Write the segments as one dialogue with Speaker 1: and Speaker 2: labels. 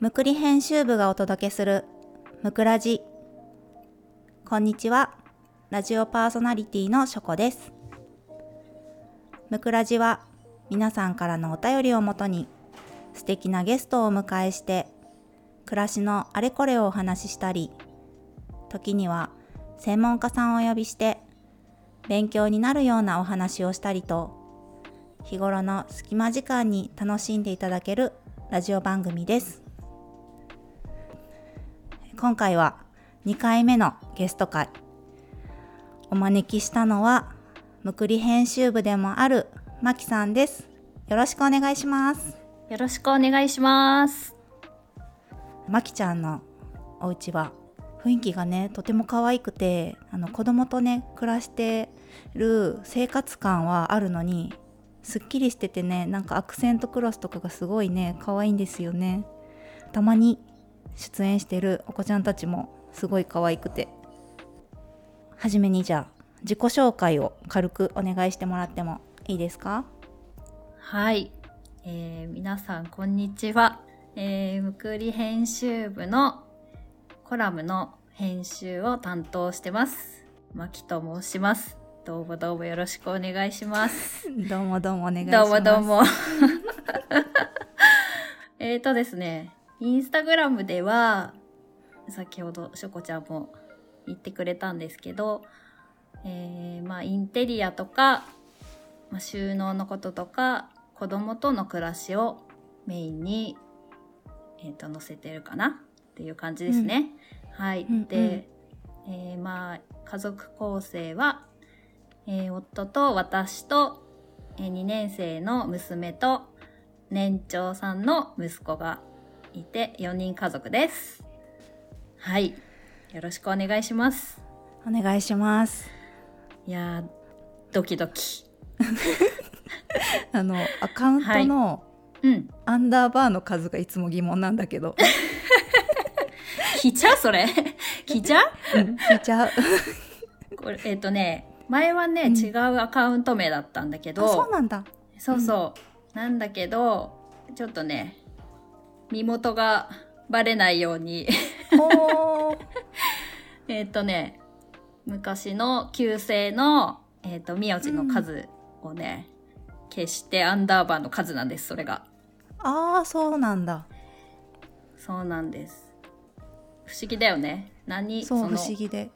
Speaker 1: むくり編集部がお届けするむくラジこんにちはラジオパーソナリティのしょこですむくラジは皆さんからのお便りをもとに素敵なゲストをお迎えして暮らしのあれこれをお話ししたり時には専門家さんをお呼びして勉強になるようなお話をしたりと日頃の隙間時間に楽しんでいただけるラジオ番組です今回は2回目のゲスト会お招きしたのはむくり編集部でもあるまきさんですよろしくお願いします
Speaker 2: よろしくお願いします。
Speaker 1: まきちゃんのお家は雰囲気がねとても可愛くてあの子供とね暮らしてる生活感はあるのにすっきりしててねなんかアクセントクロスとかがすごいね可愛いんですよねたまに出演してるお子ちゃんたちもすごい可愛くてはじめにじゃあ自己紹介を軽くお願いしてもらってもいいですか
Speaker 2: はい、えー皆さんこんにちは。えーむくり編集部のコラムの編集を担当してます。まきと申します。どうもどうもよろしくお願いします。
Speaker 1: どうもどうもお願いします
Speaker 2: どうもどうも。 えーとですね、インスタグラムでは、先ほどしょこちゃんも言ってくれたんですけど、えーまあインテリアとか、まあ、収納のこととか、子供との暮らしをメインに、えーと、載せてるかなっていう感じですね。はい。
Speaker 1: うんうん
Speaker 2: で、えーまあ家族構成は、えー夫と私と、え2年生の娘と年長さんの息子がいて4人家族です。はい。よろしくお願いします。
Speaker 1: お願いします
Speaker 2: いやー、ドキドキ。
Speaker 1: あのアカウントの、
Speaker 2: うん。
Speaker 1: アンダーバーの数がいつも疑問なんだけど。
Speaker 2: 来ちゃうそれ。 来ちゃう
Speaker 1: 聞いちゃう。
Speaker 2: これ、えっ、とね、前はね、
Speaker 1: うん
Speaker 2: 違うアカウント名だったんだけど、
Speaker 1: あ、そう なんだ。
Speaker 2: そうそう。なんだけど、ちょっとね、身元がバレないように、
Speaker 1: おー。
Speaker 2: えっとね、昔の旧姓の、えっ、と、名字の数をね、消してアンダーバーの数なんです、それが。
Speaker 1: ああ、そうなんだ。
Speaker 2: そうなんです。不思議だよね。何
Speaker 1: そう不
Speaker 2: の
Speaker 1: 思議で。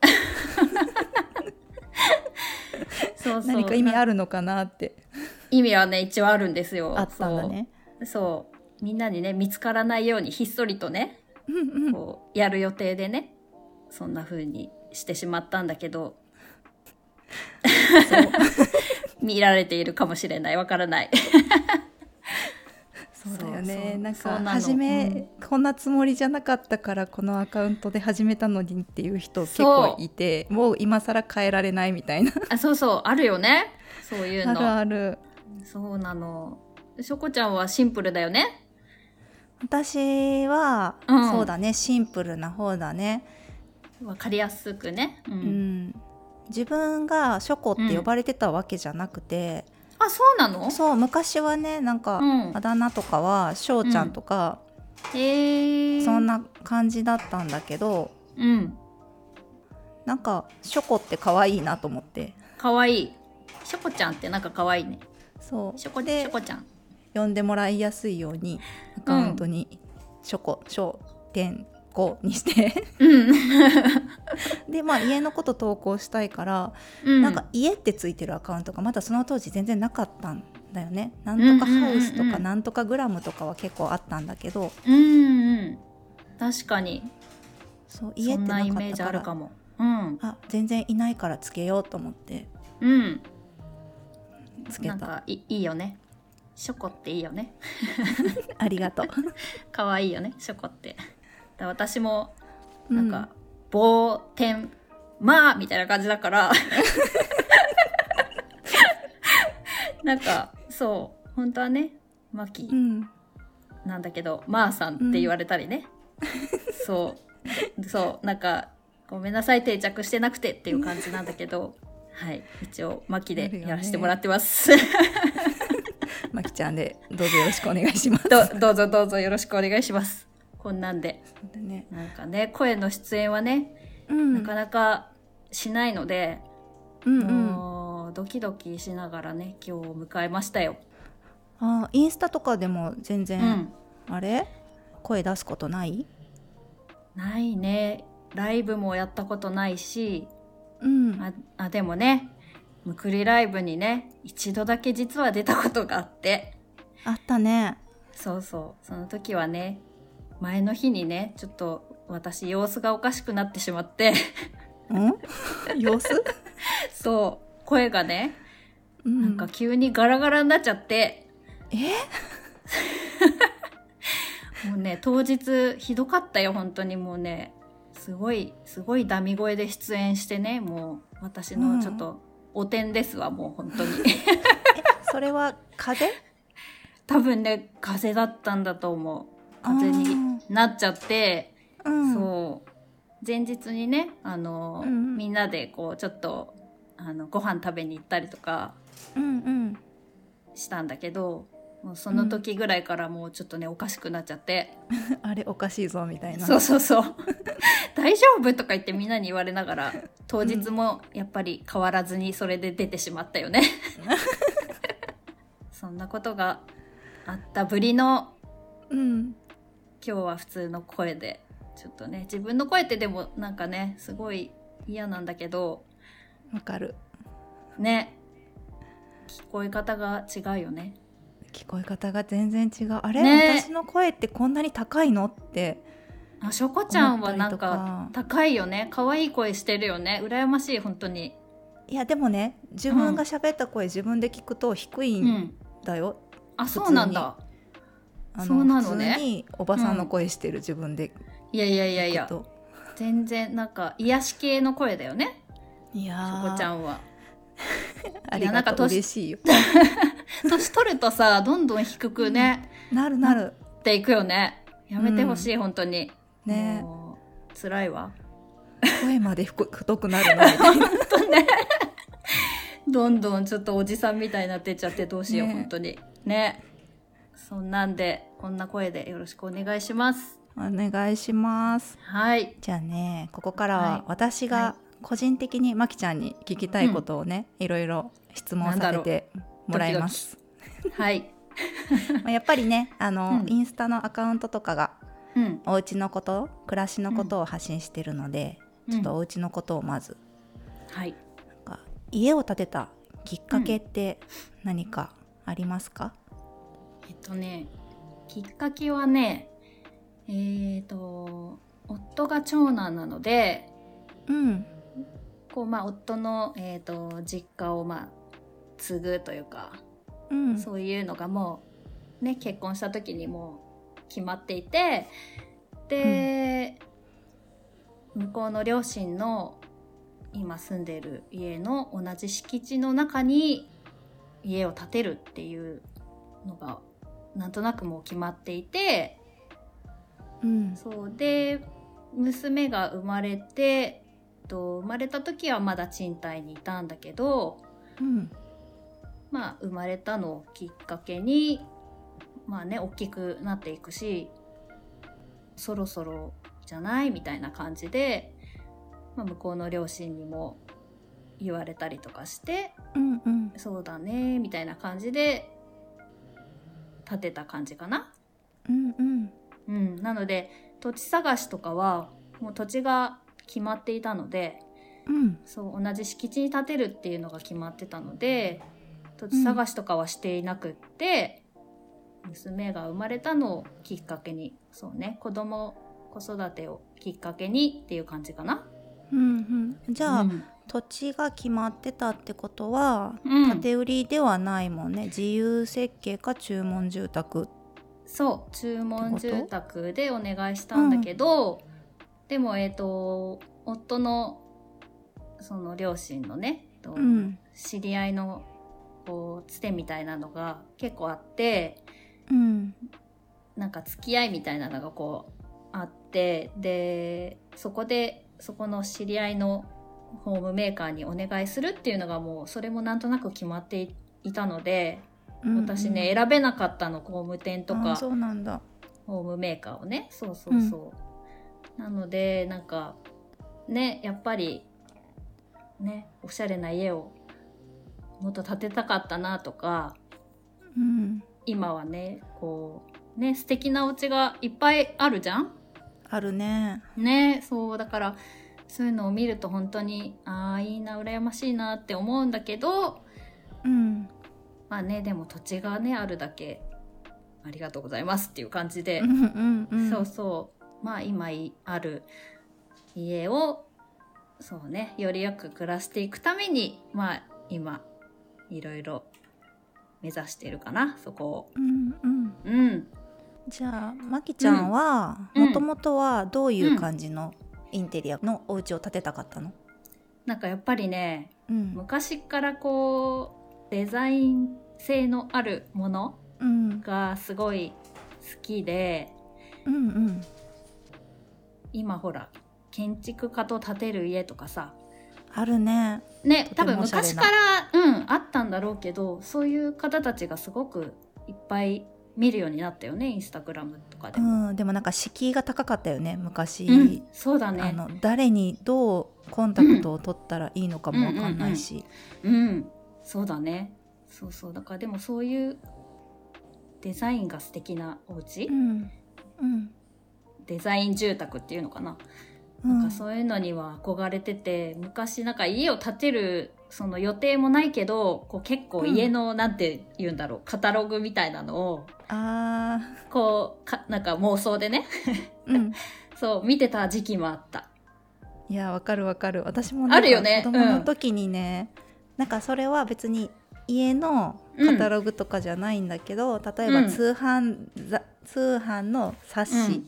Speaker 2: そうそう
Speaker 1: 何か意味あるのかなって
Speaker 2: 意味はね、一応あるんですよ。
Speaker 1: あったんだね。
Speaker 2: そう。そう。みんなにね、見つからないようにひっそりとね、
Speaker 1: うんう ん。
Speaker 2: こうやる予定でねそんな風にしてしまったんだけど 見られているかもしれないわからない
Speaker 1: そうだよ
Speaker 2: そうそ
Speaker 1: ね。
Speaker 2: う
Speaker 1: なん
Speaker 2: そう
Speaker 1: か
Speaker 2: なの
Speaker 1: 初めこんなつもりじゃなかったからこのアカウントで始めたのにっていう人結構いて、もう今更変えられないみたいな。
Speaker 2: あそうそうあるよねそういう
Speaker 1: ある
Speaker 2: の
Speaker 1: ある。
Speaker 2: そうなのしょこちゃんはシンプルだよね
Speaker 1: 私は、
Speaker 2: うん
Speaker 1: そうだねシンプルな方だね。
Speaker 2: わかりやすくねうん、
Speaker 1: うん。自分が書庫って呼ばれてたわけじゃなくて。
Speaker 2: あそうなの
Speaker 1: そう昔はねなんか、
Speaker 2: うん
Speaker 1: あだ名とかは翔ちゃんとか、
Speaker 2: へえ
Speaker 1: そんな感じだったんだけど
Speaker 2: うん
Speaker 1: なんかショコって可愛いなと思って
Speaker 2: かわいいしょこちゃんってなんかかわいいね
Speaker 1: そう
Speaker 2: しょこし
Speaker 1: で
Speaker 2: ょこちゃん
Speaker 1: 呼んでもらいやすいようにアカウントに「ショコ」「翔点5」にして
Speaker 2: うん、
Speaker 1: でまあ家のこと投稿したいから、
Speaker 2: うん、
Speaker 1: なんか「家」ってついてるアカウントがまだその当時全然なかったんだよねなんとかハウス
Speaker 2: うん
Speaker 1: と
Speaker 2: うんうんう
Speaker 1: か
Speaker 2: ん
Speaker 1: なんとかグラムとかは結構あったんだけど、
Speaker 2: うんうん確かに
Speaker 1: そう家
Speaker 2: そ
Speaker 1: って
Speaker 2: ん
Speaker 1: な
Speaker 2: なイ
Speaker 1: か
Speaker 2: メ
Speaker 1: っ
Speaker 2: ージ
Speaker 1: た
Speaker 2: あ
Speaker 1: か
Speaker 2: る
Speaker 1: ら
Speaker 2: かも。うん。
Speaker 1: あ全然いないからつけようと思って
Speaker 2: うん。
Speaker 1: つけ
Speaker 2: なん
Speaker 1: た
Speaker 2: かいいいよね。ショコっていいよね。
Speaker 1: ありがとう
Speaker 2: 可愛いよね、ショコって。だ私も、
Speaker 1: う
Speaker 2: なんか、棒天、まあみたいな感じ だから。なんか、そう、本当はね、マキ
Speaker 1: うん
Speaker 2: なんだけど、まあさんって言われたりね。そう。そう、なんか、ごめんなさい、定着してなくてっていう感じなんだけど、はい、一応、マキでやらせてもらってます。
Speaker 1: まきちゃんでどうぞよろしくお願いします
Speaker 2: どどうぞどうぞよろしくお願いします。こんなんで。
Speaker 1: そうだね。
Speaker 2: なんかね、声の出演はね、
Speaker 1: うん。
Speaker 2: なかなかしないので、
Speaker 1: うんうん。
Speaker 2: もうドキドキしながらね、今日を迎えましたよ。
Speaker 1: あーインスタとかでも全
Speaker 2: う
Speaker 1: 然、
Speaker 2: ん。
Speaker 1: あれ声出すことない
Speaker 2: ないね。ライブもやったことないし、
Speaker 1: うん。
Speaker 2: あ、あでもね、むくりライブにね、一度だけ実は出たことがあって、
Speaker 1: あったね。
Speaker 2: そうそう、その時はね、前の日にね、ちょっと私様子がおかしくなってしまって、
Speaker 1: ん様子
Speaker 2: そう、声がね、
Speaker 1: うん
Speaker 2: なんか急にガラガラになっちゃって、
Speaker 1: え
Speaker 2: もうね、当日ひどかったよ、本当にもうね、すごい、すごいダミ声で出演してね、もう私のちょっと、お点ですわ、もう本当に。
Speaker 1: それは風邪
Speaker 2: 多分ね、風邪だったんだと思う。風邪になっちゃって、
Speaker 1: あーうん、
Speaker 2: そう前日にねあの、
Speaker 1: うんうん
Speaker 2: みんなでこうちょっとあのご飯食べに行ったりとか
Speaker 1: うんうん
Speaker 2: したんだけどもうその時ぐらいからもうちょっとね、おかしくなっちゃって
Speaker 1: あれおかしいぞみたいな
Speaker 2: そうそうそう 大丈夫とか言ってみんなに言われながら当日もやっぱり変わらずにそれで出てしまったよねそんなことがあったぶりの
Speaker 1: うん
Speaker 2: 今日は普通の声でちょっとね自分の声ってでもなんかねすごい嫌なんだけど
Speaker 1: わかる
Speaker 2: ね聞こえ方が違うよね
Speaker 1: 聞こえ方が全然違うあれ、
Speaker 2: ね
Speaker 1: 私の声ってこんなに高いのって
Speaker 2: あしょこちゃんはなん
Speaker 1: 思
Speaker 2: か
Speaker 1: った
Speaker 2: 高いよね可愛い声してるよね羨ましい本当に
Speaker 1: いやでもね自分が喋った声、自分で聞くと低い
Speaker 2: うんん
Speaker 1: だよ、
Speaker 2: あそうなんだ
Speaker 1: あ
Speaker 2: そうなのね
Speaker 1: 普通におばさんの声してる、自分で
Speaker 2: いやいやいやい
Speaker 1: 聞
Speaker 2: や
Speaker 1: くと
Speaker 2: 全然なんか癒し系の声だよね
Speaker 1: いや
Speaker 2: し
Speaker 1: ー
Speaker 2: ょこちゃんは
Speaker 1: あり
Speaker 2: いや
Speaker 1: が
Speaker 2: なんか
Speaker 1: とう
Speaker 2: 年
Speaker 1: 嬉しいよ
Speaker 2: 年取るとさどんどん低くね、
Speaker 1: なるな る
Speaker 2: っていくよねやめてほしい、本当に
Speaker 1: ね
Speaker 2: もう辛いわ
Speaker 1: 声までふく太くなる なみたいな
Speaker 2: どんどんちょっとおじさんみたいになってっちゃってどうしよう、
Speaker 1: ね
Speaker 2: 本当にねそんなんでこんな声でよろしくお願いします
Speaker 1: お願いします
Speaker 2: はい
Speaker 1: じゃあねここから
Speaker 2: はい
Speaker 1: は私が
Speaker 2: は
Speaker 1: 個人的にまきちゃんに聞きたいことをね、いろいろ質問させてもらいます。
Speaker 2: はい
Speaker 1: まあやっぱりねあの、
Speaker 2: うん
Speaker 1: インスタのアカウントとかが
Speaker 2: うん
Speaker 1: お家のこと暮らしのことを発信してるので、
Speaker 2: うん
Speaker 1: ちょっとお家のことをまず
Speaker 2: はい
Speaker 1: なんか家を建てたきっかけって何かありますか、
Speaker 2: えっとねきっかけはねえっ、と夫が長男なので
Speaker 1: うん
Speaker 2: こうまあ夫の、えー、と実家をまあ継ぐというか
Speaker 1: うん
Speaker 2: そういうのがもうね結婚した時にもう決まっていてで、向こうの両親の今住んでる家の同じ敷地の中に家を建てるっていうのがなんとなくもう決まっていて
Speaker 1: うん
Speaker 2: そうで娘が生まれてと生まれた時はまだ賃貸にいたんだけど
Speaker 1: うん
Speaker 2: まあ、生まれたのをきっかけに、まあね、大きくなっていくし、そろそろじゃないみたいな感じで、まあ、向こうの両親にも言われたりとかして、
Speaker 1: うんうん
Speaker 2: そうだね、みたいな感じで、建てた感じかな。
Speaker 1: うんうん
Speaker 2: うん。なので、土地探しとかは、もう土地が決まっていたので、
Speaker 1: うん
Speaker 2: そう同じ敷地に建てるっていうのが決まってたので土地探しとかはしていなくって、娘が生まれたのをきっかけにそうね子供子育てをきっかけにっていう感じかな。
Speaker 1: うんうんじゃあ、
Speaker 2: うん
Speaker 1: 土地が決まってたってことは
Speaker 2: うん
Speaker 1: 建て売りではないもんね、自由設計か注文住宅
Speaker 2: そう注文住宅でお願いしたんだけど、でもえっ、と夫のその両親のね、と
Speaker 1: うん
Speaker 2: 知り合いのこうつてみたいなのが結構あって。
Speaker 1: うん
Speaker 2: なんか付き合いみたいなのがこうあってでそこでそこの知り合いのホームメーカーにお願いするっていうのがもうそれもなんとなく決まっていたので、私ね選べなかったの工務店と
Speaker 1: あ
Speaker 2: か
Speaker 1: そうなんだ
Speaker 2: ホームメーカーをねそうそうそう、なのでなんかねやっぱりねおしゃれな家をもっと建てたかったなとか
Speaker 1: うん、
Speaker 2: 今はねこうね素敵なお家がいっぱいあるじゃん
Speaker 1: あるね。
Speaker 2: ねそうだからそういうのを見ると本当にああいいな羨ましいなって思うんだけど
Speaker 1: うん、
Speaker 2: まあねでも土地がねあるだけありがとうございますっていう感じで
Speaker 1: う、んうんうん、
Speaker 2: そうそうまあ今いある家をそうねよりよく暮らしていくためにまあ今いろいろ目指してるかなそこを。
Speaker 1: うんうん。
Speaker 2: うん
Speaker 1: じゃあまきちゃんは
Speaker 2: うん
Speaker 1: もともとはどういう感じのインテリアのお家を建てたかったの？
Speaker 2: なんかやっぱりね
Speaker 1: うん、
Speaker 2: 昔からこうデザイン性のあるもの
Speaker 1: うん、
Speaker 2: がすごい好きで
Speaker 1: うんうん。
Speaker 2: 今ほら建築家と建てる家とかさ
Speaker 1: あるね。
Speaker 2: ね
Speaker 1: とて
Speaker 2: 多分
Speaker 1: もおしゃれ
Speaker 2: 昔
Speaker 1: な
Speaker 2: からうんあったんだろうけどそういう方たちがすごくいっぱい見るようになったよねインスタグラムとかで
Speaker 1: う。ん、でもなんか敷居が高かったよね昔。
Speaker 2: うん、そうだ
Speaker 1: あ
Speaker 2: ね。
Speaker 1: の誰にどうコンタクトを取ったらいいのかもわかんないし、
Speaker 2: うん、そうだね。そうそう。だからでもそういうデザインが素敵なお家、
Speaker 1: うんうん
Speaker 2: デザイン住宅っていうのかな。
Speaker 1: う
Speaker 2: なん
Speaker 1: ん
Speaker 2: かそういうのには憧れてて、昔なんか家を建てるその予定もないけどこう結構家の、なんて言うんだろうカタログみたいなのを
Speaker 1: あ
Speaker 2: こうかなんか妄想でね
Speaker 1: ーうん
Speaker 2: そう見てた時期もあった。
Speaker 1: いやわかるわかる私もなん
Speaker 2: あるよね
Speaker 1: か子供の時にね、なんかそれは別に家のカタログとかじゃないんだけど、例え
Speaker 2: う
Speaker 1: ば
Speaker 2: ん
Speaker 1: 通販、ざ通販の冊子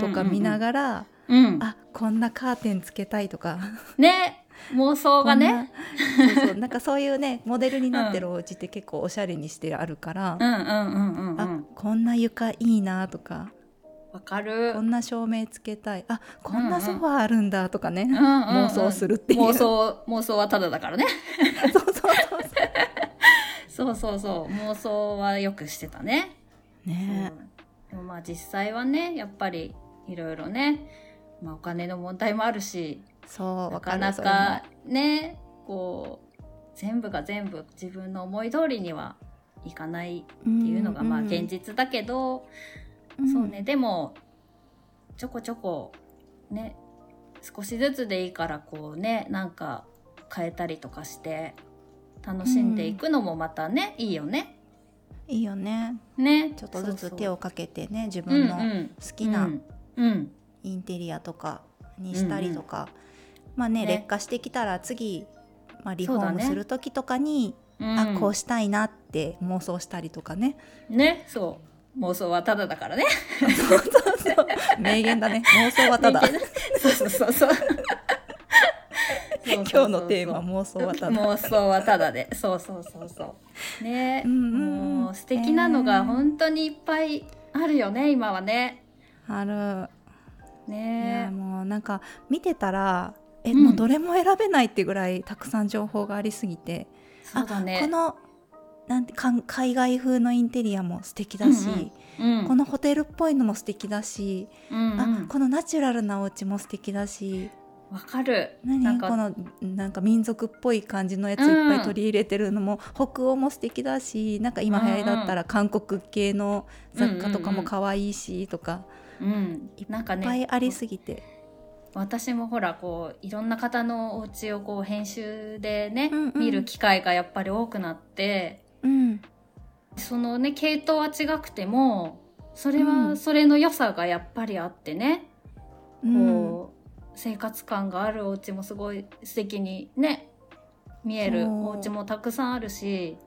Speaker 1: とか見な
Speaker 2: ら、
Speaker 1: がら、
Speaker 2: うんうん
Speaker 1: あこんなカーテンつけたいとか
Speaker 2: ね妄想がね。
Speaker 1: こんなそうそうなんかそういう ねモデルになってるお家って結構おしゃれにしてあるから、
Speaker 2: うんうんうんうんう
Speaker 1: あ
Speaker 2: ん
Speaker 1: こんな床いいなとか
Speaker 2: わかる
Speaker 1: こんな照明つけたいあこんなソファーあるんだとかね、
Speaker 2: 妄
Speaker 1: 妄想するっていう
Speaker 2: 妄想妄想はただだからね
Speaker 1: そうそうそうそ
Speaker 2: そうそうそう妄想はよくしてたね
Speaker 1: うね
Speaker 2: うんでもまあ実際はねやっぱりいろいろね、まあ、お金の問題もあるし
Speaker 1: そう
Speaker 2: な
Speaker 1: わか
Speaker 2: か
Speaker 1: る
Speaker 2: な
Speaker 1: それも
Speaker 2: かねこう全部が全部自分の思い通りにはいかないっていうのがまあ現実だけど、そうねでもちょこちょこね少しずつでいいからこうねなんか変えたりとかして楽しんでいくのもまたね、いいよね。
Speaker 1: いいよね
Speaker 2: ね
Speaker 1: ちょっとずつ手をかけてね自
Speaker 2: そうそう
Speaker 1: 分の
Speaker 2: うんう
Speaker 1: 好
Speaker 2: ん
Speaker 1: きな
Speaker 2: うんうん
Speaker 1: インテリアとかにしたりとか、まあね
Speaker 2: ね
Speaker 1: 劣化してきたら次、まあ、リフォ
Speaker 2: そう
Speaker 1: ー
Speaker 2: だ
Speaker 1: ム
Speaker 2: ね
Speaker 1: する時とかに、
Speaker 2: うん
Speaker 1: あこうしたいなって妄想したりとかね
Speaker 2: ねそう妄想はただだからね。
Speaker 1: そうそうそう 名言だね妄想はただ
Speaker 2: そうそうそうそう。今
Speaker 1: 今日のテーマ妄想はただ
Speaker 2: 妄想はただでそうそうそうそうね、
Speaker 1: うんうんうん
Speaker 2: もう素敵なのが本当にいっぱいあるよね、今はね
Speaker 1: あるいや
Speaker 2: ね
Speaker 1: もうなんか見てたらえ、
Speaker 2: うん
Speaker 1: もうどれも選べないってぐらいたくさん情報がありすぎて、
Speaker 2: そうだね
Speaker 1: このなんてかん海外風のインテリアも素敵だし、
Speaker 2: うん
Speaker 1: このホテルっぽいのも素敵だし、
Speaker 2: うんうん
Speaker 1: あこのナチュラルなお家も素敵だし
Speaker 2: わかるな
Speaker 1: 何
Speaker 2: んか
Speaker 1: このなんか民族っぽい感じのやついっぱい取り入れてるのも、北欧も素敵だしなんか今流行りだったら韓国系の雑貨とかも可愛いしとか、
Speaker 2: うんなんか
Speaker 1: いっぱい
Speaker 2: ね
Speaker 1: ありすぎて。
Speaker 2: 私もほらこういろんな方のお家をこう編集でね、
Speaker 1: うんうん
Speaker 2: 見る機会がやっぱり多くなって
Speaker 1: うん
Speaker 2: そのね系統は違くてもそれ
Speaker 1: う
Speaker 2: は
Speaker 1: ん
Speaker 2: それの良さがやっぱりあってね、
Speaker 1: うん
Speaker 2: こう生活感があるお家もすごい素敵にね見える
Speaker 1: そう
Speaker 2: お家もたくさんあるし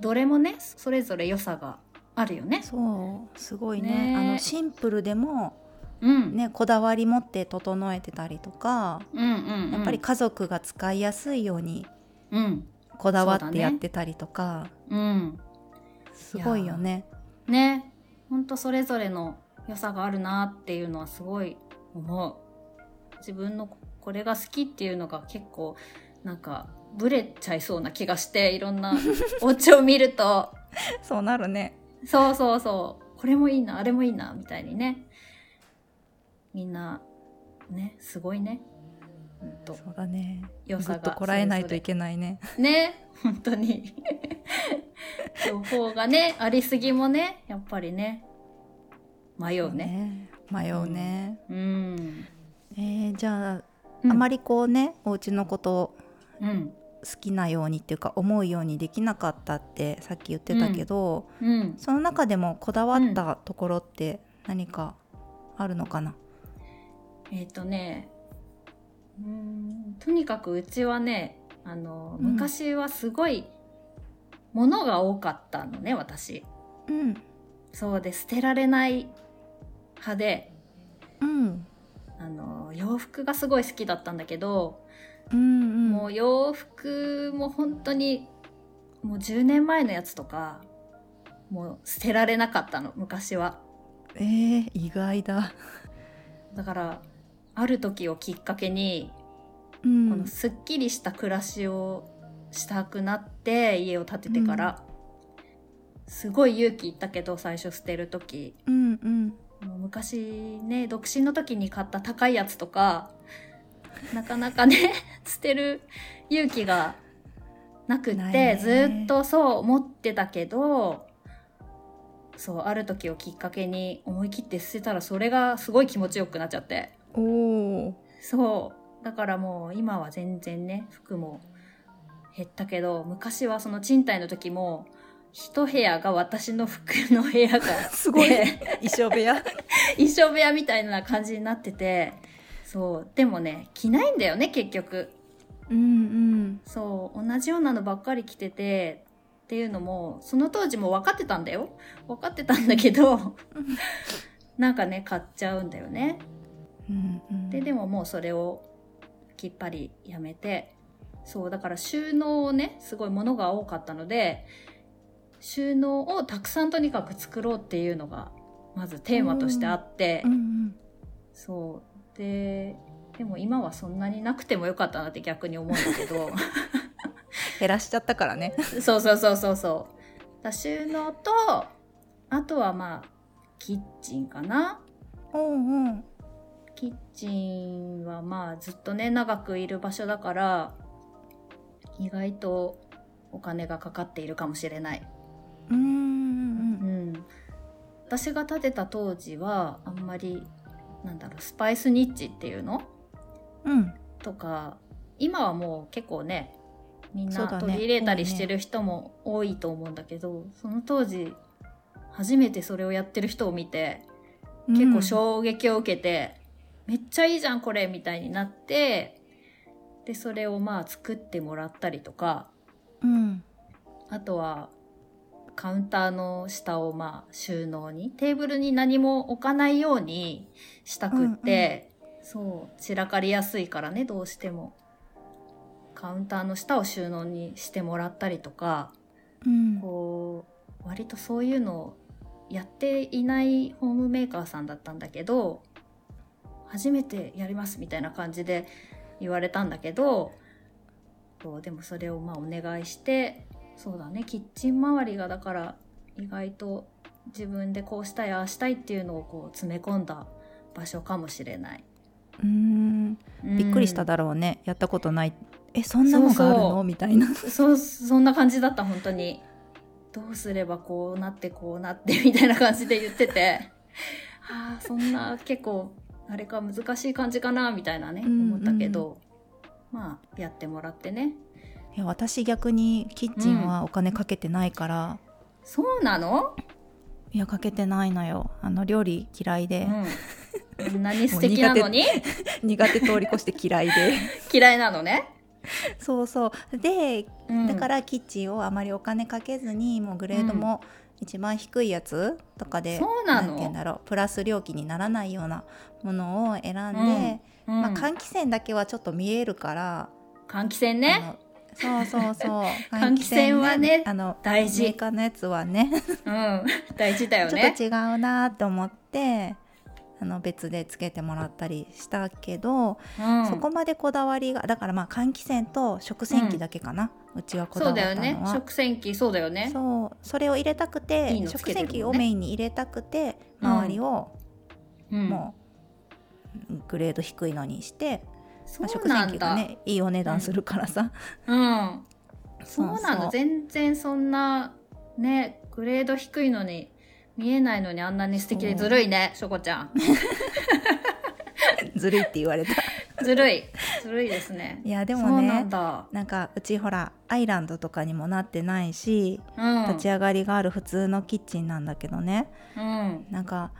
Speaker 2: どれもねそれぞれ良さがあるよね。
Speaker 1: そうすごい
Speaker 2: ね
Speaker 1: ねあのシンプルでも、
Speaker 2: うん、
Speaker 1: ね、こだわり持って整えてたりとか、
Speaker 2: うんうんうん、
Speaker 1: やっぱり家族が使いやすいように
Speaker 2: うん
Speaker 1: こだわっ
Speaker 2: そうだ
Speaker 1: て
Speaker 2: ね
Speaker 1: やってたりとか、
Speaker 2: うん
Speaker 1: すごいよね。
Speaker 2: ねほんとそれぞれの良さがあるなっていうのはすごい思う。自分のこれが好きっていうのが結構なんかブレちゃいそうな 気がしていろんなお家を見ると
Speaker 1: そうなるね。
Speaker 2: そうそうそう。これもいいな、あれもいいな、みたいにね。みんな、ね、すごいね。ほんと
Speaker 1: そうだね
Speaker 2: 良
Speaker 1: ぐ
Speaker 2: さ
Speaker 1: っと
Speaker 2: が
Speaker 1: こらえないといけないね
Speaker 2: ね、本当に。情報がね、ありすぎもね、やっぱりね、迷うね。
Speaker 1: そうね迷うね、
Speaker 2: うん。
Speaker 1: えーじゃあ、あま
Speaker 2: り、
Speaker 1: りこうねお家のことを
Speaker 2: うん。
Speaker 1: 好きなようにっていうか思うようにできなかったってさっき言ってたけど、
Speaker 2: うん。
Speaker 1: その中でもこだわったところって何かあるのかな、
Speaker 2: えっ、とね、うーん、とにかくうちはね、あの、
Speaker 1: うん
Speaker 2: 昔はすごい、物が多かったのね、私。
Speaker 1: うん、
Speaker 2: そうで、捨てられない派で、
Speaker 1: うん
Speaker 2: あの、洋服がすごい好きだったんだけど、
Speaker 1: うんうん
Speaker 2: もう洋服も本当に、もう10年前のやつとか、もう捨てられなかったの、昔は。
Speaker 1: えー、意外だ、
Speaker 2: だから、ある時をきっかけに、
Speaker 1: うん、
Speaker 2: このすっきりした暮らしをしたくなって家を建ててから、すごい勇気いったけど最初捨てる時
Speaker 1: うんうん
Speaker 2: もう昔ね独身の時に買った高いやつとかなかなかね 捨てる勇気がなく
Speaker 1: ない
Speaker 2: って
Speaker 1: ね
Speaker 2: ずっとそう思ってたけどそうある時をきっかけに思い切って捨てたらそれがすごい気持ちよくなっちゃって。
Speaker 1: おお
Speaker 2: そう。だからもう今は全然ね、服も減ったけど、昔はその賃貸の時も、一部屋が私の服の部屋が
Speaker 1: すごい
Speaker 2: で
Speaker 1: 衣装部屋
Speaker 2: 衣装部屋みたいな感じになってて、そう。でもね、着ないんだよね、結局。
Speaker 1: うん
Speaker 2: そう。同じようなのばっかり着てて、っていうのも、その当時も分かってたんだよ。分かってたんだけど、なんかね、買っちゃうんだよね。
Speaker 1: うんうんうん
Speaker 2: ででももうそれをきっぱりやめてそうだから収納をねすごいものが多かったので収納をたくさんとにかく作ろうっていうのがまずテーマとしてあって、
Speaker 1: うんうん
Speaker 2: そうででも今はそんなになくてもよかったなって逆に思うんだけど
Speaker 1: 減らしちゃったからね
Speaker 2: そうそうそうそうそうだから収納とあとはまあキッチンかな
Speaker 1: うんうん
Speaker 2: キッチンはまあずっとね長くいる場所だから意外とお金がかかっているかもしれない、
Speaker 1: うんう
Speaker 2: うんん、私が建てた当時はあんまりなんだろうスパイスニッチっていうの
Speaker 1: うんうん
Speaker 2: とか今はもう結構ねみん
Speaker 1: そ
Speaker 2: な
Speaker 1: うだね
Speaker 2: 取り入れたりしてる人も多いと思うんだけどその当時初めてそれをやってる人を見て結構衝撃を受けて、めっちゃいいじゃんこれみたいになってでそれをまあ作ってもらったりとか
Speaker 1: うん
Speaker 2: あとはカウンターの下をまあ収納にテーブルに何も置かないようにしたくって、そう散らかりやすいからねどうしてもカウンターの下を収納にしてもらったりとか
Speaker 1: うん
Speaker 2: こう割とそういうのをやっていないホームメーカーさんだったんだけど初めてやりますみたいな感じで言われたんだけどそうでもそれをまあお願いしてそうだねキッチン周りがだから意外と自分でこうしたいああしたいっていうのをこう詰め込んだ場所かもしれない。
Speaker 1: うんびっくりした
Speaker 2: うん
Speaker 1: だろうね、やったことないえそんなのがあるの
Speaker 2: そうそう
Speaker 1: みたいな
Speaker 2: そう、そんな感じだった、本当に。どうすればこうなってこうなってみたいな感じで言ってて、ああ、そんな結構、あれか難しい感じかな、みたいなね、
Speaker 1: うんうん
Speaker 2: 思ったけど、まあ、やってもらってね。
Speaker 1: いや私逆にキッチンはお金かけてないから、
Speaker 2: そうなの
Speaker 1: いやかけてないのよあの料理嫌いで、
Speaker 2: うん。こんなに素敵なのに
Speaker 1: 苦手通り越して嫌いで
Speaker 2: 嫌いなのね。
Speaker 1: そうそうで
Speaker 2: うん
Speaker 1: だか、らキッチンをあまりお金かけずにもうグレードも一番低いやつとかで、
Speaker 2: そうなの
Speaker 1: んて言うんだろうプラス料金にならないようなものを選んで、
Speaker 2: うん
Speaker 1: まあ、換気扇だけはちょっと見えるから、
Speaker 2: 換気扇ね。
Speaker 1: あのそうそうそう
Speaker 2: 換気扇はね
Speaker 1: あの
Speaker 2: 大
Speaker 1: メー
Speaker 2: 事。
Speaker 1: カーのやつはね
Speaker 2: うん。大事だよ
Speaker 1: ちょっ
Speaker 2: ね
Speaker 1: と。違うなと思ってあの別でつけてもらったりしたけど、
Speaker 2: うん、
Speaker 1: そこまでこだわりがだからまあ換気扇と食洗機だけかな、うちはこだ
Speaker 2: そ
Speaker 1: わ
Speaker 2: う
Speaker 1: っ
Speaker 2: だ
Speaker 1: た
Speaker 2: よね
Speaker 1: のは
Speaker 2: 食洗機そうだよね
Speaker 1: そうそれを入れたくて
Speaker 2: いいのつ
Speaker 1: 食
Speaker 2: けてるもん
Speaker 1: 洗
Speaker 2: ね
Speaker 1: 機をメインに入れたくて
Speaker 2: うん
Speaker 1: 周りを
Speaker 2: うん
Speaker 1: もうグレード低いのにして、
Speaker 2: そ
Speaker 1: まあ、
Speaker 2: う
Speaker 1: 食
Speaker 2: な
Speaker 1: 洗
Speaker 2: ん
Speaker 1: 機が
Speaker 2: だ、
Speaker 1: ねいいお値段するからさ、
Speaker 2: うんそう
Speaker 1: そう
Speaker 2: なんだ全然そんなねグレード低いのに見えないのにあんなに素敵で
Speaker 1: そう
Speaker 2: ずるいねしょこちゃん
Speaker 1: ずるいって言わ れた
Speaker 2: ずるいずるいですね
Speaker 1: いやで
Speaker 2: そ
Speaker 1: も
Speaker 2: うなん
Speaker 1: ね
Speaker 2: だ、
Speaker 1: なんかうちほらアイランドとかにもなってないし
Speaker 2: うん、
Speaker 1: 立ち上がりがある普通のキッチンなんだけどね
Speaker 2: うん
Speaker 1: なんか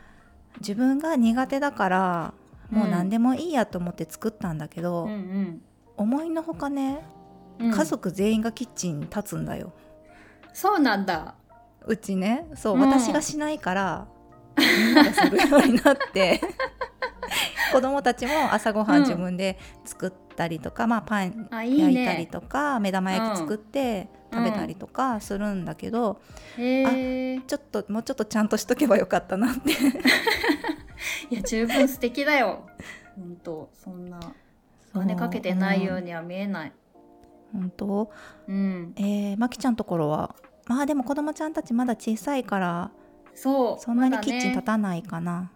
Speaker 1: 自分が苦手だからもう何でもいいやと思って作ったんだけど、
Speaker 2: うんうん
Speaker 1: 思いのほかね
Speaker 2: うん
Speaker 1: 家族全員がキッチンに立つんだよ、
Speaker 2: そうなんだ
Speaker 1: うちねそう、
Speaker 2: うん
Speaker 1: 私がしないからみんながするようになって 子供たちも朝ごは
Speaker 2: うんん
Speaker 1: 自分で作ったりとか、まあ、パン
Speaker 2: あいい
Speaker 1: 焼
Speaker 2: ね
Speaker 1: いたりとか目玉焼き作って食べたりとかするんだけど、
Speaker 2: へえ
Speaker 1: ちょっともうちょっとちゃんとしとけばよかったなって
Speaker 2: いや十分素敵だよ本当そんなお金かけてないようには見えない
Speaker 1: うん本当
Speaker 2: うん
Speaker 1: えー、まきちゃんところはまあでも子供ちゃんたちまだ小さいから
Speaker 2: そう
Speaker 1: そんなに
Speaker 2: まだ
Speaker 1: キ
Speaker 2: ね
Speaker 1: ッチン立たないかな、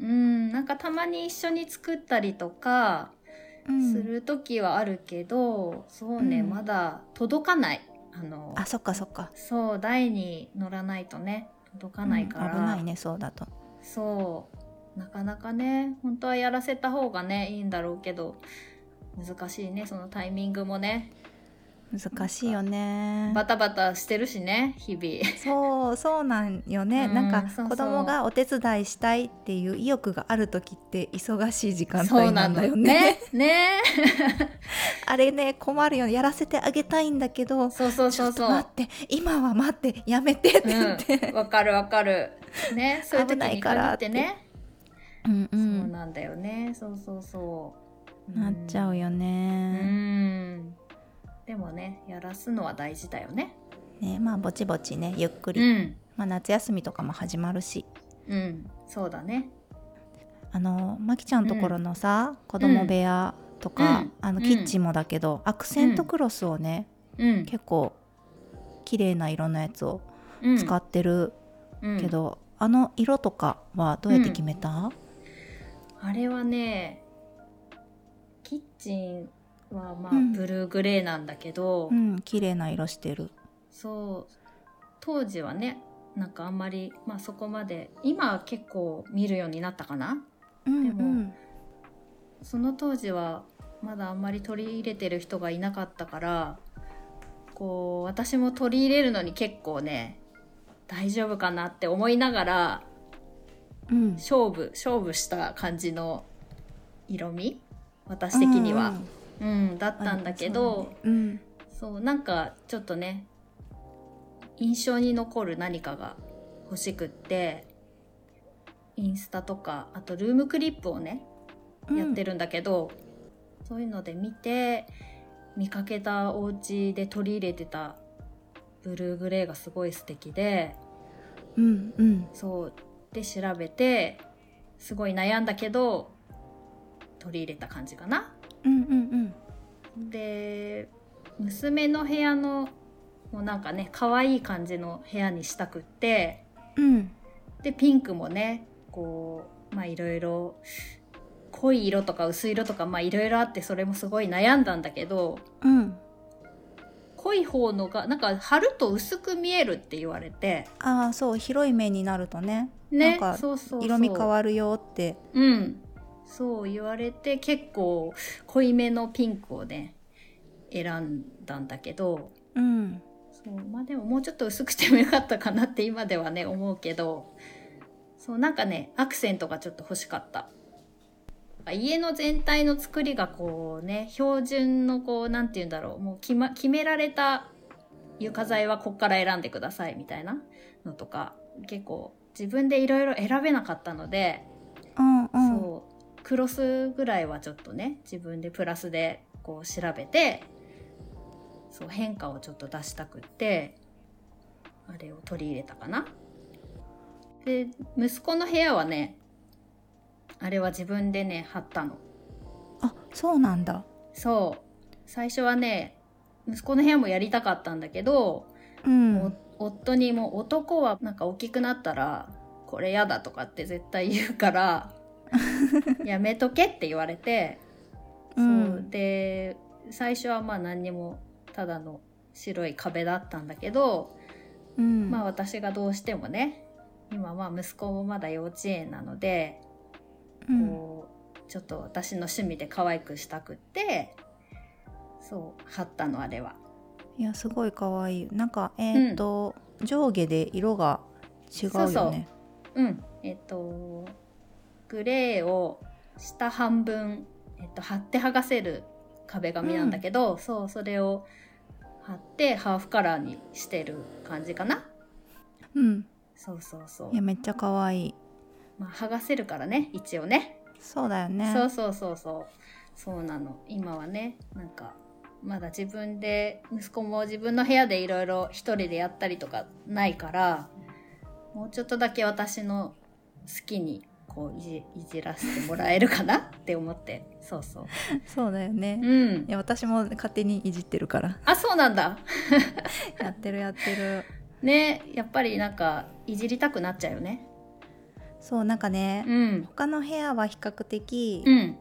Speaker 2: うんなんかたまに一緒に作ったりとか
Speaker 1: うん
Speaker 2: する時はあるけど、そうね、
Speaker 1: うん
Speaker 2: まだ届かないあの
Speaker 1: あそっかそっか
Speaker 2: そう台に乗らないとね届かないから、
Speaker 1: うん危ないねそうだと
Speaker 2: そうなかなかね本当はやらせた方がねいいんだろうけど難しいねそのタイミングもね
Speaker 1: 難しいよね
Speaker 2: バタバタしてるしね日々
Speaker 1: そうそうなんよね、
Speaker 2: うん
Speaker 1: なん
Speaker 2: そうそ
Speaker 1: か
Speaker 2: う
Speaker 1: 子供がお手伝いしたいっていう意欲がある時って忙しい時間帯なんだよね
Speaker 2: そうなのねね
Speaker 1: あれね困るよねやらせてあげたいんだけど
Speaker 2: そうそうそう
Speaker 1: ちょ
Speaker 2: そ
Speaker 1: っと待
Speaker 2: う
Speaker 1: って今は待ってやめてって言って
Speaker 2: うん、、わかるわかるねそういう時に限ってね
Speaker 1: うん、うん
Speaker 2: そうなんだよねそうそうそう
Speaker 1: なっちゃう
Speaker 2: よ
Speaker 1: よ
Speaker 2: う
Speaker 1: ね、
Speaker 2: んでもねやらすのは大事だよね
Speaker 1: ねまあぼちぼちねゆっくり、
Speaker 2: ん
Speaker 1: まあ、夏休みとかも始まるし
Speaker 2: うんそうだね
Speaker 1: あのまきちゃんところのさ、子供部屋とか、
Speaker 2: うん
Speaker 1: あ
Speaker 2: う
Speaker 1: の
Speaker 2: ん
Speaker 1: キッチンもだけど、アクセントクロスをね、
Speaker 2: うん
Speaker 1: 結構綺麗な色のやつを使
Speaker 2: っ
Speaker 1: ってる
Speaker 2: うん
Speaker 1: けど、あの色とかはどうやって決めた、
Speaker 2: あれはねキッチンはまあ、
Speaker 1: うん
Speaker 2: ブルーグレーなんだけど、
Speaker 1: うん綺麗な色してる、
Speaker 2: そう当時はねなんかあんまり、まあ、そこまで今は結構見るようになったかな
Speaker 1: うん
Speaker 2: でもその当時はまだあんまり取り入れてる人がいなかったからこう私も取り入れるのに結構ね大丈夫かなって思いながら
Speaker 1: うんうん、
Speaker 2: 勝負勝負した感じの色味私的には、うんだったんだけど、
Speaker 1: うんうん、
Speaker 2: そうなんかちょっとね印象に残る何かが欲しくってインスタとかあとルームクリップをね、
Speaker 1: うん
Speaker 2: やってるんだけどそういうので見て見かけたお家で取り入れてたブルーグレーがすごい素敵で
Speaker 1: うんうん
Speaker 2: そうで調べてすごい悩んだけど取り入れた感じかな。
Speaker 1: うんうん
Speaker 2: で娘の部屋のもうなんかね可愛い感じの部屋にしたくって
Speaker 1: うんうん
Speaker 2: でピンクもねこうまあいろいろ濃い色とか薄い色とかまあいろいろあってそれもすごい悩んだんだけど
Speaker 1: うん
Speaker 2: 濃い方のがなんか貼ると薄く見えるって言われて
Speaker 1: ああそう広い面になるとね
Speaker 2: ね
Speaker 1: なんか
Speaker 2: そうそうそう
Speaker 1: 色味変わるよって
Speaker 2: うんそう言われて結構濃いめのピンクをね選んだんだけど
Speaker 1: うん
Speaker 2: そうまあでももうちょっと薄くてもよかったかなって今ではね思うけどそうなんかねアクセントがちょっと欲しかった家の全体の作りがこうね標準のこうなんて言うんだろうもう決,、ま、決められた床材はこっから選んでくださいみたいなのとか結構自分でいろいろ選べなかったので、
Speaker 1: うんうん
Speaker 2: そうクロスぐらいはちょっとね自分でプラスでこう調べてそう変化をちょっと出したくってあれを取り入れたかなで息子の部屋はねあれは自分でね貼ったの
Speaker 1: あそうなんだ
Speaker 2: そう最初はね息子の部屋もやりたかったんだけど、
Speaker 1: うん
Speaker 2: お夫にもう男はなんか大きくなったらこれやだとかって絶対言うから やめとけって言われて、
Speaker 1: う
Speaker 2: そうんで最初はまあ何にもただの白い壁だったんだけど、
Speaker 1: うん
Speaker 2: まあ私がどうしてもね今まあ息子もまだ幼稚園なので、
Speaker 1: うん
Speaker 2: こうちょっと私の趣味で可愛くしたくってそう貼ったのあれは。
Speaker 1: いやすごい可愛いなんかえーっ、と、上下で色が違うよね
Speaker 2: うん、えっとグレーを下半分、えっと、貼って剥がせる壁紙なんだけど、そうそれを貼ってハーフカラーにしてる感じかな
Speaker 1: うん
Speaker 2: そうそうそう
Speaker 1: いやめっちゃ可愛い
Speaker 2: まあ剥がせるからね一応ね
Speaker 1: そうだよね
Speaker 2: そうそうそうそうそうなの今はねなんかまだ自分で息子も自分の部屋でいろいろ一人でやったりとかないからもうちょっとだけ私の好きにこういじいじらせてもらえるかな って思ってそうそう
Speaker 1: そうだよね、い
Speaker 2: うん
Speaker 1: や私も勝手にいじってるから
Speaker 2: あそうなんだ
Speaker 1: やってるやってる
Speaker 2: ねやっぱりなんかいじりたくなっちゃうよね
Speaker 1: そうなんかね、
Speaker 2: うん
Speaker 1: 他の部屋は比較的、
Speaker 2: うん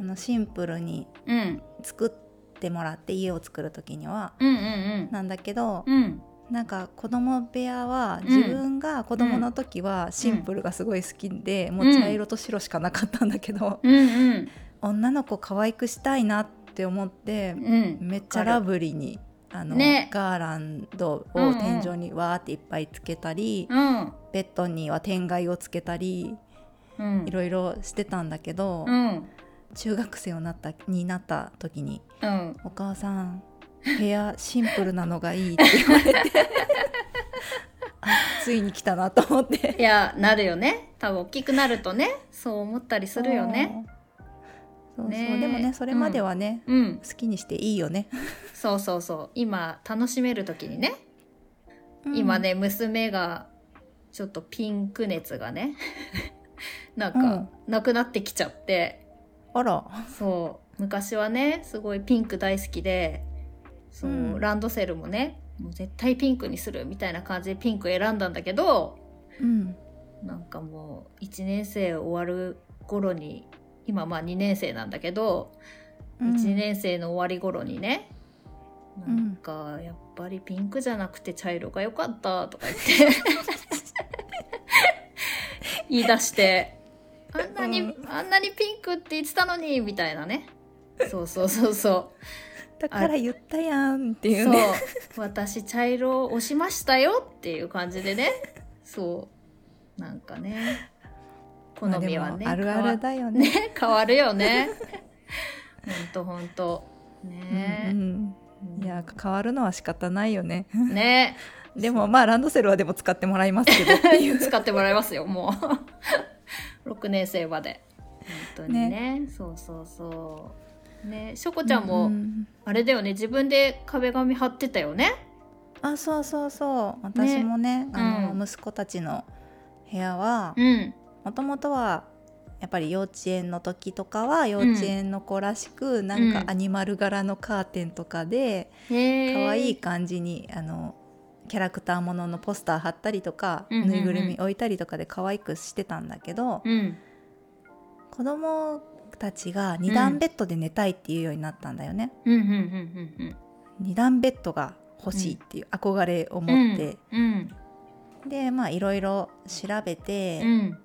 Speaker 1: あのシンプルに
Speaker 2: うん
Speaker 1: 作ってもらって家を作る時には
Speaker 2: うんうん
Speaker 1: なんだけど、
Speaker 2: うんうん
Speaker 1: なんか子供部屋は
Speaker 2: ん
Speaker 1: 自分が子供の時はシンプルがすごい好きで、もう茶色と白しかなかったんだけど、
Speaker 2: うん
Speaker 1: 女の子可愛くしたいなって思って、
Speaker 2: うん
Speaker 1: めっちゃラブリーにあの、
Speaker 2: ね
Speaker 1: ガーランド
Speaker 2: うんう
Speaker 1: を
Speaker 2: ん
Speaker 1: 天井にわーっていっぱいつけたり、
Speaker 2: うん
Speaker 1: ベッドには天蓋をつけたり
Speaker 2: うん
Speaker 1: いろいろしてたんだけど、
Speaker 2: うん
Speaker 1: 中学生になったになった時に
Speaker 2: うん
Speaker 1: 「お母さん部屋シンプルなのがいい」って言われてあついに来たなと思って
Speaker 2: いやなるよね多分大きくなるとねそう思ったりするよね
Speaker 1: そうそう
Speaker 2: ねえ
Speaker 1: でもねそれまではね、
Speaker 2: うん
Speaker 1: 好きにしていいよね、
Speaker 2: そうそうそう今楽しめる時にね、今ね娘がちょっとピンク熱がね なんかなくなってきちゃって、
Speaker 1: あら
Speaker 2: そう昔はねすごいピンク大好きでそう、
Speaker 1: うん
Speaker 2: ランドセルもねもう絶対ピンクにするみたいな感じでピンク選んだんだけど
Speaker 1: うん
Speaker 2: なんかもう1年生終わる頃に今まあ2年生なんだけど
Speaker 1: うん
Speaker 2: 1年生の終わり頃にね、
Speaker 1: うん
Speaker 2: なんかやっぱりピンクじゃなくて茶色が良かったとか言って 言い出してあんなに、
Speaker 1: うん
Speaker 2: あんなにピンクって言ってたのにみたいなねそうそうそうそ
Speaker 1: だから言ったやんって
Speaker 2: う
Speaker 1: いうね
Speaker 2: そう私茶色を押しましたよっていう感じでねそうなんかね好
Speaker 1: まあ
Speaker 2: みはね、
Speaker 1: でもあるあるだよね
Speaker 2: ね変わるよねほんとほんと
Speaker 1: う
Speaker 2: ね、
Speaker 1: んうんいや変わるのは仕方ないよね
Speaker 2: ね
Speaker 1: でもまあランドセルはでも使ってもらいますけどって いう
Speaker 2: 使ってもらいますよもう 6年生まで本当にねそうそうそうねしょこちゃんも、
Speaker 1: うん
Speaker 2: あれだよね自分で壁紙貼ってたよね
Speaker 1: あそうそうそう私もねあの、
Speaker 2: うん
Speaker 1: 息子たちの部屋は
Speaker 2: うん
Speaker 1: もともとはやっぱり幼稚園の時とかは幼稚園の子らしく、なんか
Speaker 2: うん
Speaker 1: アニマル柄のカーテンとかで可
Speaker 2: へえ
Speaker 1: 愛、いい感じにあのキャラクターもののポスター貼ったりとか、
Speaker 2: うんうんうん
Speaker 1: ぬいぐるみ置いたりとかで可愛くしてたんだけど、
Speaker 2: うん
Speaker 1: 子供たちが2段ベッドで寝たいっていうようになったんだよね。
Speaker 2: うんうんうんうん
Speaker 1: 二段ベッドが欲しいっていう憧れを持って、
Speaker 2: うん
Speaker 1: でまあいろいろ調べて、
Speaker 2: うん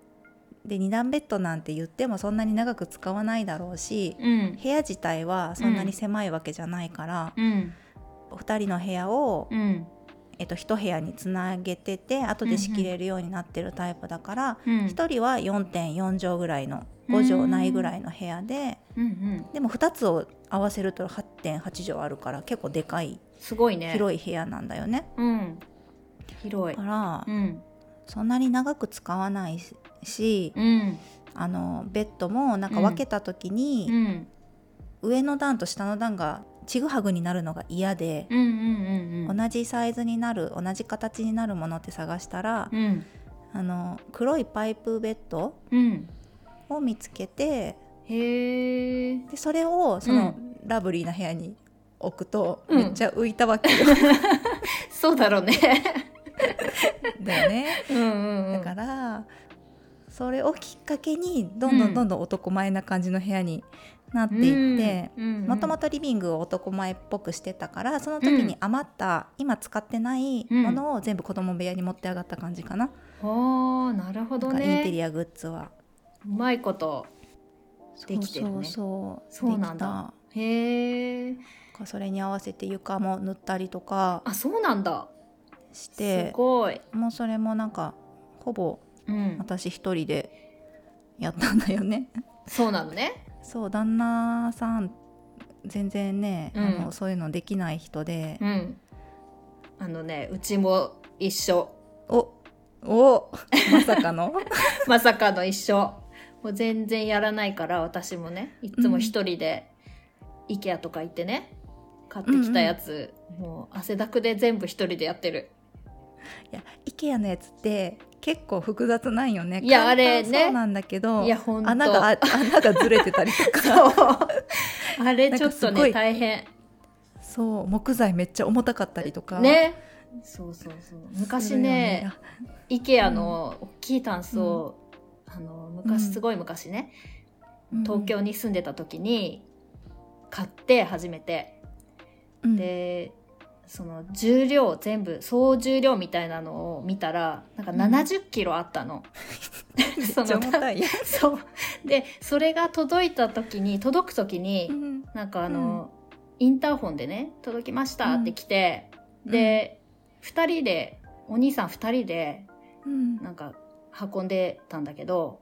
Speaker 1: で2段ベッドなんて言ってもそんなに長く使わないだろうし、
Speaker 2: うん
Speaker 1: 部屋自体はそんなに狭いわけじゃないから、
Speaker 2: うん
Speaker 1: お二人の部屋を、
Speaker 2: うん
Speaker 1: えっと、一部屋につなげてて後で仕切れるようになってるタイプだから、
Speaker 2: うん
Speaker 1: 一人は4.4畳ぐらいの5畳ないぐらいの部屋で、
Speaker 2: うんうん
Speaker 1: でも2つを合わせると8.8畳あるから結構でかい
Speaker 2: すごいねい
Speaker 1: 広い部屋なんだよね。
Speaker 2: うん広い
Speaker 1: だから、
Speaker 2: うん
Speaker 1: そんなに長く使わないし、
Speaker 2: うん
Speaker 1: あのベッドもなんか分けた時に、
Speaker 2: うん
Speaker 1: 上の段と下の段がちぐはぐになるのが嫌で
Speaker 2: う、んうんうんうん
Speaker 1: 同じサイズになる同じ形になるものって探したら、
Speaker 2: うん
Speaker 1: あの黒いパイプベッド
Speaker 2: うん
Speaker 1: を見つけて
Speaker 2: へえ。
Speaker 1: でそれをその
Speaker 2: う
Speaker 1: ラブリーな部屋に置くと
Speaker 2: うん
Speaker 1: めっちゃ浮いたわけ よ、
Speaker 2: そうだろうね。
Speaker 1: だよね。
Speaker 2: うんうんう
Speaker 1: だ
Speaker 2: ん。
Speaker 1: からそれをきっかけにどんどんどんどん男前な感じの部屋になっていって。
Speaker 2: うん、
Speaker 1: もとも
Speaker 2: と、
Speaker 1: とリビングを男前っぽくしてたからその時に余った、今使ってないものを全部子供部屋に持って上がった感じかな,、
Speaker 2: おーなるほど
Speaker 1: なんかインテ
Speaker 2: ね。
Speaker 1: リアグッズは
Speaker 2: うまいことできてるね。
Speaker 1: そうそうそう
Speaker 2: そうなんだ
Speaker 1: で
Speaker 2: へえ。
Speaker 1: きたかそれに合わせて床も塗ったりとか
Speaker 2: あ、そうなんだ。
Speaker 1: し
Speaker 2: す
Speaker 1: て
Speaker 2: ごい。
Speaker 1: もうそれもなんかほぼ
Speaker 2: うん。
Speaker 1: 私一人でやったんだよね
Speaker 2: そうなのね。
Speaker 1: そう旦那さん全然ね、
Speaker 2: うん
Speaker 1: あのそういうのできない人で、
Speaker 2: うん。あのね、うちも一緒。
Speaker 1: おおまさかの
Speaker 2: まさかの一緒。もう全然やらないから、私もね、いつも一人で、IKEA とか行ってね、買ってきたやつ、もう汗だくで全部一人でやってる。
Speaker 1: いや IKEA のやつって結構複雑なんよね
Speaker 2: いや
Speaker 1: 簡単
Speaker 2: あれね
Speaker 1: そうなんだけど
Speaker 2: いや、ほんと。
Speaker 1: 穴があ穴がずれてたりとか
Speaker 2: そう。あれちょっ
Speaker 1: な
Speaker 2: と
Speaker 1: んかすご
Speaker 2: ね、
Speaker 1: い
Speaker 2: 大変。
Speaker 1: そう木材めっちゃ重たかったりとか
Speaker 2: ね。そうそうそう。
Speaker 1: す
Speaker 2: 昔
Speaker 1: るよ
Speaker 2: ね、
Speaker 1: あ
Speaker 2: IKEA の大きいタンスを、あの、昔、すごい昔ね、
Speaker 1: うん
Speaker 2: 東京に住んでた時に、買って初めて。
Speaker 1: うん
Speaker 2: でその重量全部総重量みたいなのを見たらなんか
Speaker 1: うん
Speaker 2: 70キロあっ たの。
Speaker 1: めっ
Speaker 2: そ
Speaker 1: ちゃ
Speaker 2: の
Speaker 1: 重たいやつ
Speaker 2: そうでそれが届いた時に届く時に、
Speaker 1: うん
Speaker 2: なんかあの、インターホンでね「届きました」って来て、
Speaker 1: うん
Speaker 2: で2人でお兄さん2人で
Speaker 1: うん
Speaker 2: なんか運んでたんだけど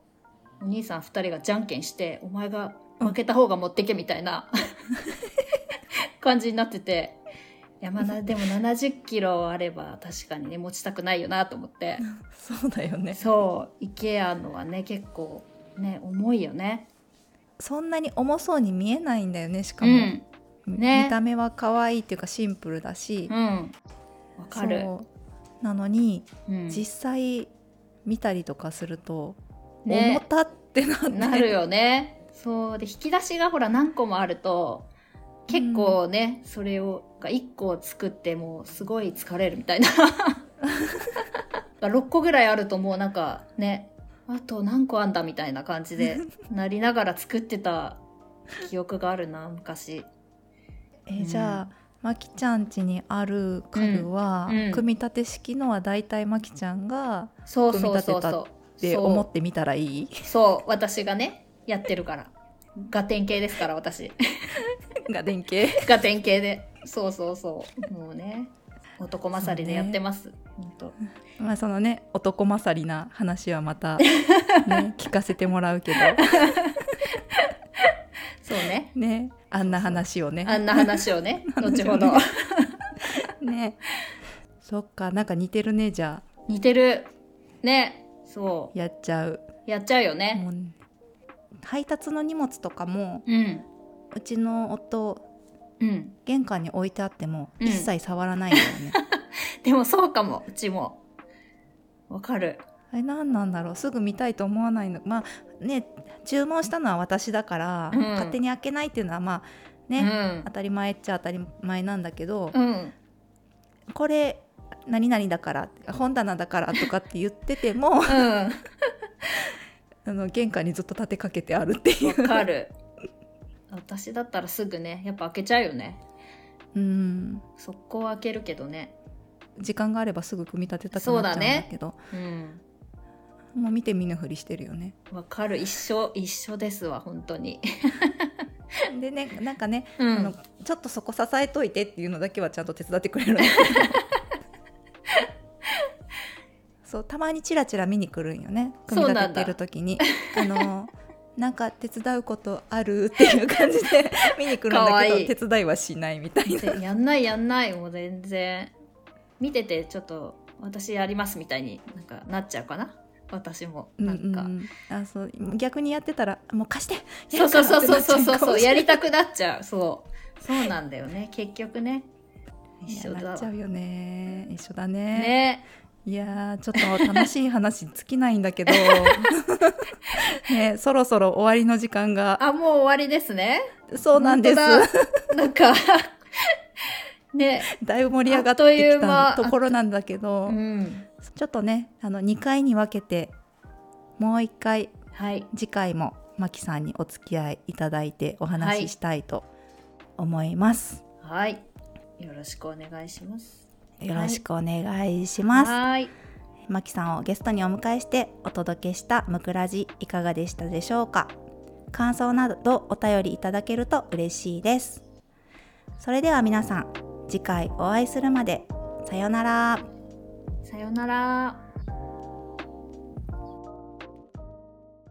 Speaker 2: お兄さん2人がじゃんけんして「お前が負けた方が持ってけ」みたいな感じになってて。いやまあ なでも70キロあれば確かにね持ちたくないよなと思って
Speaker 1: そうだよね
Speaker 2: そう IKEA のはね結構ね重いよね
Speaker 1: そんなに重そうに見えないんだよねしか
Speaker 2: う
Speaker 1: も、
Speaker 2: んね
Speaker 1: 見た目は可愛いっていうかシンプルだし、
Speaker 2: うんわかる
Speaker 1: そうなのに、
Speaker 2: うん
Speaker 1: 実際見たりとかすると、重
Speaker 2: ね
Speaker 1: たってなって
Speaker 2: なるよねそうで引き出しがほら何個もあると結構ね、それをが1個作ってもうすごい疲れるみたいな 6個ぐらいあるともうなんかねあと何個あんだみたいな感じでなりながら作ってた記憶があるな昔
Speaker 1: えーじゃあ、まきちゃん家にある家具は、
Speaker 2: うんうん
Speaker 1: 組み立て式のは大体まきちゃんが
Speaker 2: そうそうそ
Speaker 1: 組
Speaker 2: う
Speaker 1: み立てた
Speaker 2: そ
Speaker 1: っ
Speaker 2: う
Speaker 1: て
Speaker 2: そう
Speaker 1: 思ってみたらいい
Speaker 2: そう私がねやってるからガテン系ですから私
Speaker 1: が電系
Speaker 2: が典型でそうそうそうもうね男勝りでやってます、本当
Speaker 1: まあそのね男勝りな話はま た、ね、聞かせてもらうけ
Speaker 2: そうね
Speaker 1: どねあんな話をね
Speaker 2: あんな話を ね後ほど
Speaker 1: ねそっかなんか似てるねじゃあ
Speaker 2: 似てるねそ
Speaker 1: やっちゃう
Speaker 2: うやっちゃうよね
Speaker 1: もう配達の荷物とかも
Speaker 2: うん
Speaker 1: うちの夫
Speaker 2: うん
Speaker 1: 玄関に置いてあっても
Speaker 2: うん
Speaker 1: 一切触らないんだよね、
Speaker 2: でもそうかもうちもわかる
Speaker 1: あれ何なんだろうすぐ見たいと思わないのまあね注文したのは私だから、
Speaker 2: うん
Speaker 1: 勝手に開けないっていうのはまあね、当たり前っちゃ当たり前なんだけど、
Speaker 2: うんうん
Speaker 1: これ何々だから本棚だからとかって言ってて も
Speaker 2: うん
Speaker 1: あの玄関にずっと立てかけてあるってい
Speaker 2: わ
Speaker 1: う、
Speaker 2: かる私だったらすぐねやっぱ開けちゃうよね
Speaker 1: うん、
Speaker 2: 速攻開けるけどね
Speaker 1: 時間があればすぐ組み立てたくなっちゃうんだけど
Speaker 2: うん
Speaker 1: もう見て見ぬふりしてるよね。
Speaker 2: わかる一緒一緒ですわ本当に
Speaker 1: でねなんかね、
Speaker 2: う
Speaker 1: あの
Speaker 2: ん
Speaker 1: ちょっとそこ支えといてっていうのだけはちゃんと手伝ってくれる のそうたまにチラチラ見に来るんよね組み
Speaker 2: そうな
Speaker 1: 立
Speaker 2: ん
Speaker 1: て
Speaker 2: だ
Speaker 1: てる時にあのなんか手伝うことあるっていう感じで 見に来るん
Speaker 2: か
Speaker 1: だ
Speaker 2: わ
Speaker 1: けど
Speaker 2: いい
Speaker 1: 手伝いはしないみたいな
Speaker 2: でやんないやんないもう全然見ててちょっと私やりますみたいになんかなっちゃうかな私も
Speaker 1: うん
Speaker 2: な
Speaker 1: うん
Speaker 2: んか、
Speaker 1: うんあそう逆にやってたらもう貸して
Speaker 2: そうそうそうそうそうそうそうやり
Speaker 1: た
Speaker 2: たくなっちゃうそうそうなんだよね結局ね一緒
Speaker 1: なっ
Speaker 2: だ
Speaker 1: ちゃうよね一緒だね
Speaker 2: ね
Speaker 1: いやーちょっと楽しい話尽きないんだけ どねそろそろ終わりの時間が
Speaker 2: あ、もう終わりですね。
Speaker 1: そうなんです
Speaker 2: 本当だなんか、ね、
Speaker 1: だいぶ盛り上がっ
Speaker 2: あっとい
Speaker 1: て
Speaker 2: う
Speaker 1: きた
Speaker 2: 間
Speaker 1: ところなんだけど、
Speaker 2: うん。
Speaker 1: ちょっとねあの2回に分けてもう1回
Speaker 2: はい。
Speaker 1: 次回もマキさんにお付き合いいただいてお話ししたいと思います、
Speaker 2: はい。よろしくお願いします。
Speaker 1: よろしくお願いします、
Speaker 2: はい。
Speaker 1: マキさんをゲストにお迎えしてお届けしたムクラジいかがでしたでしょうか感想などお便りいただけると嬉しいですそれでは皆さん次回お会いするまでさようなら
Speaker 2: さようなら。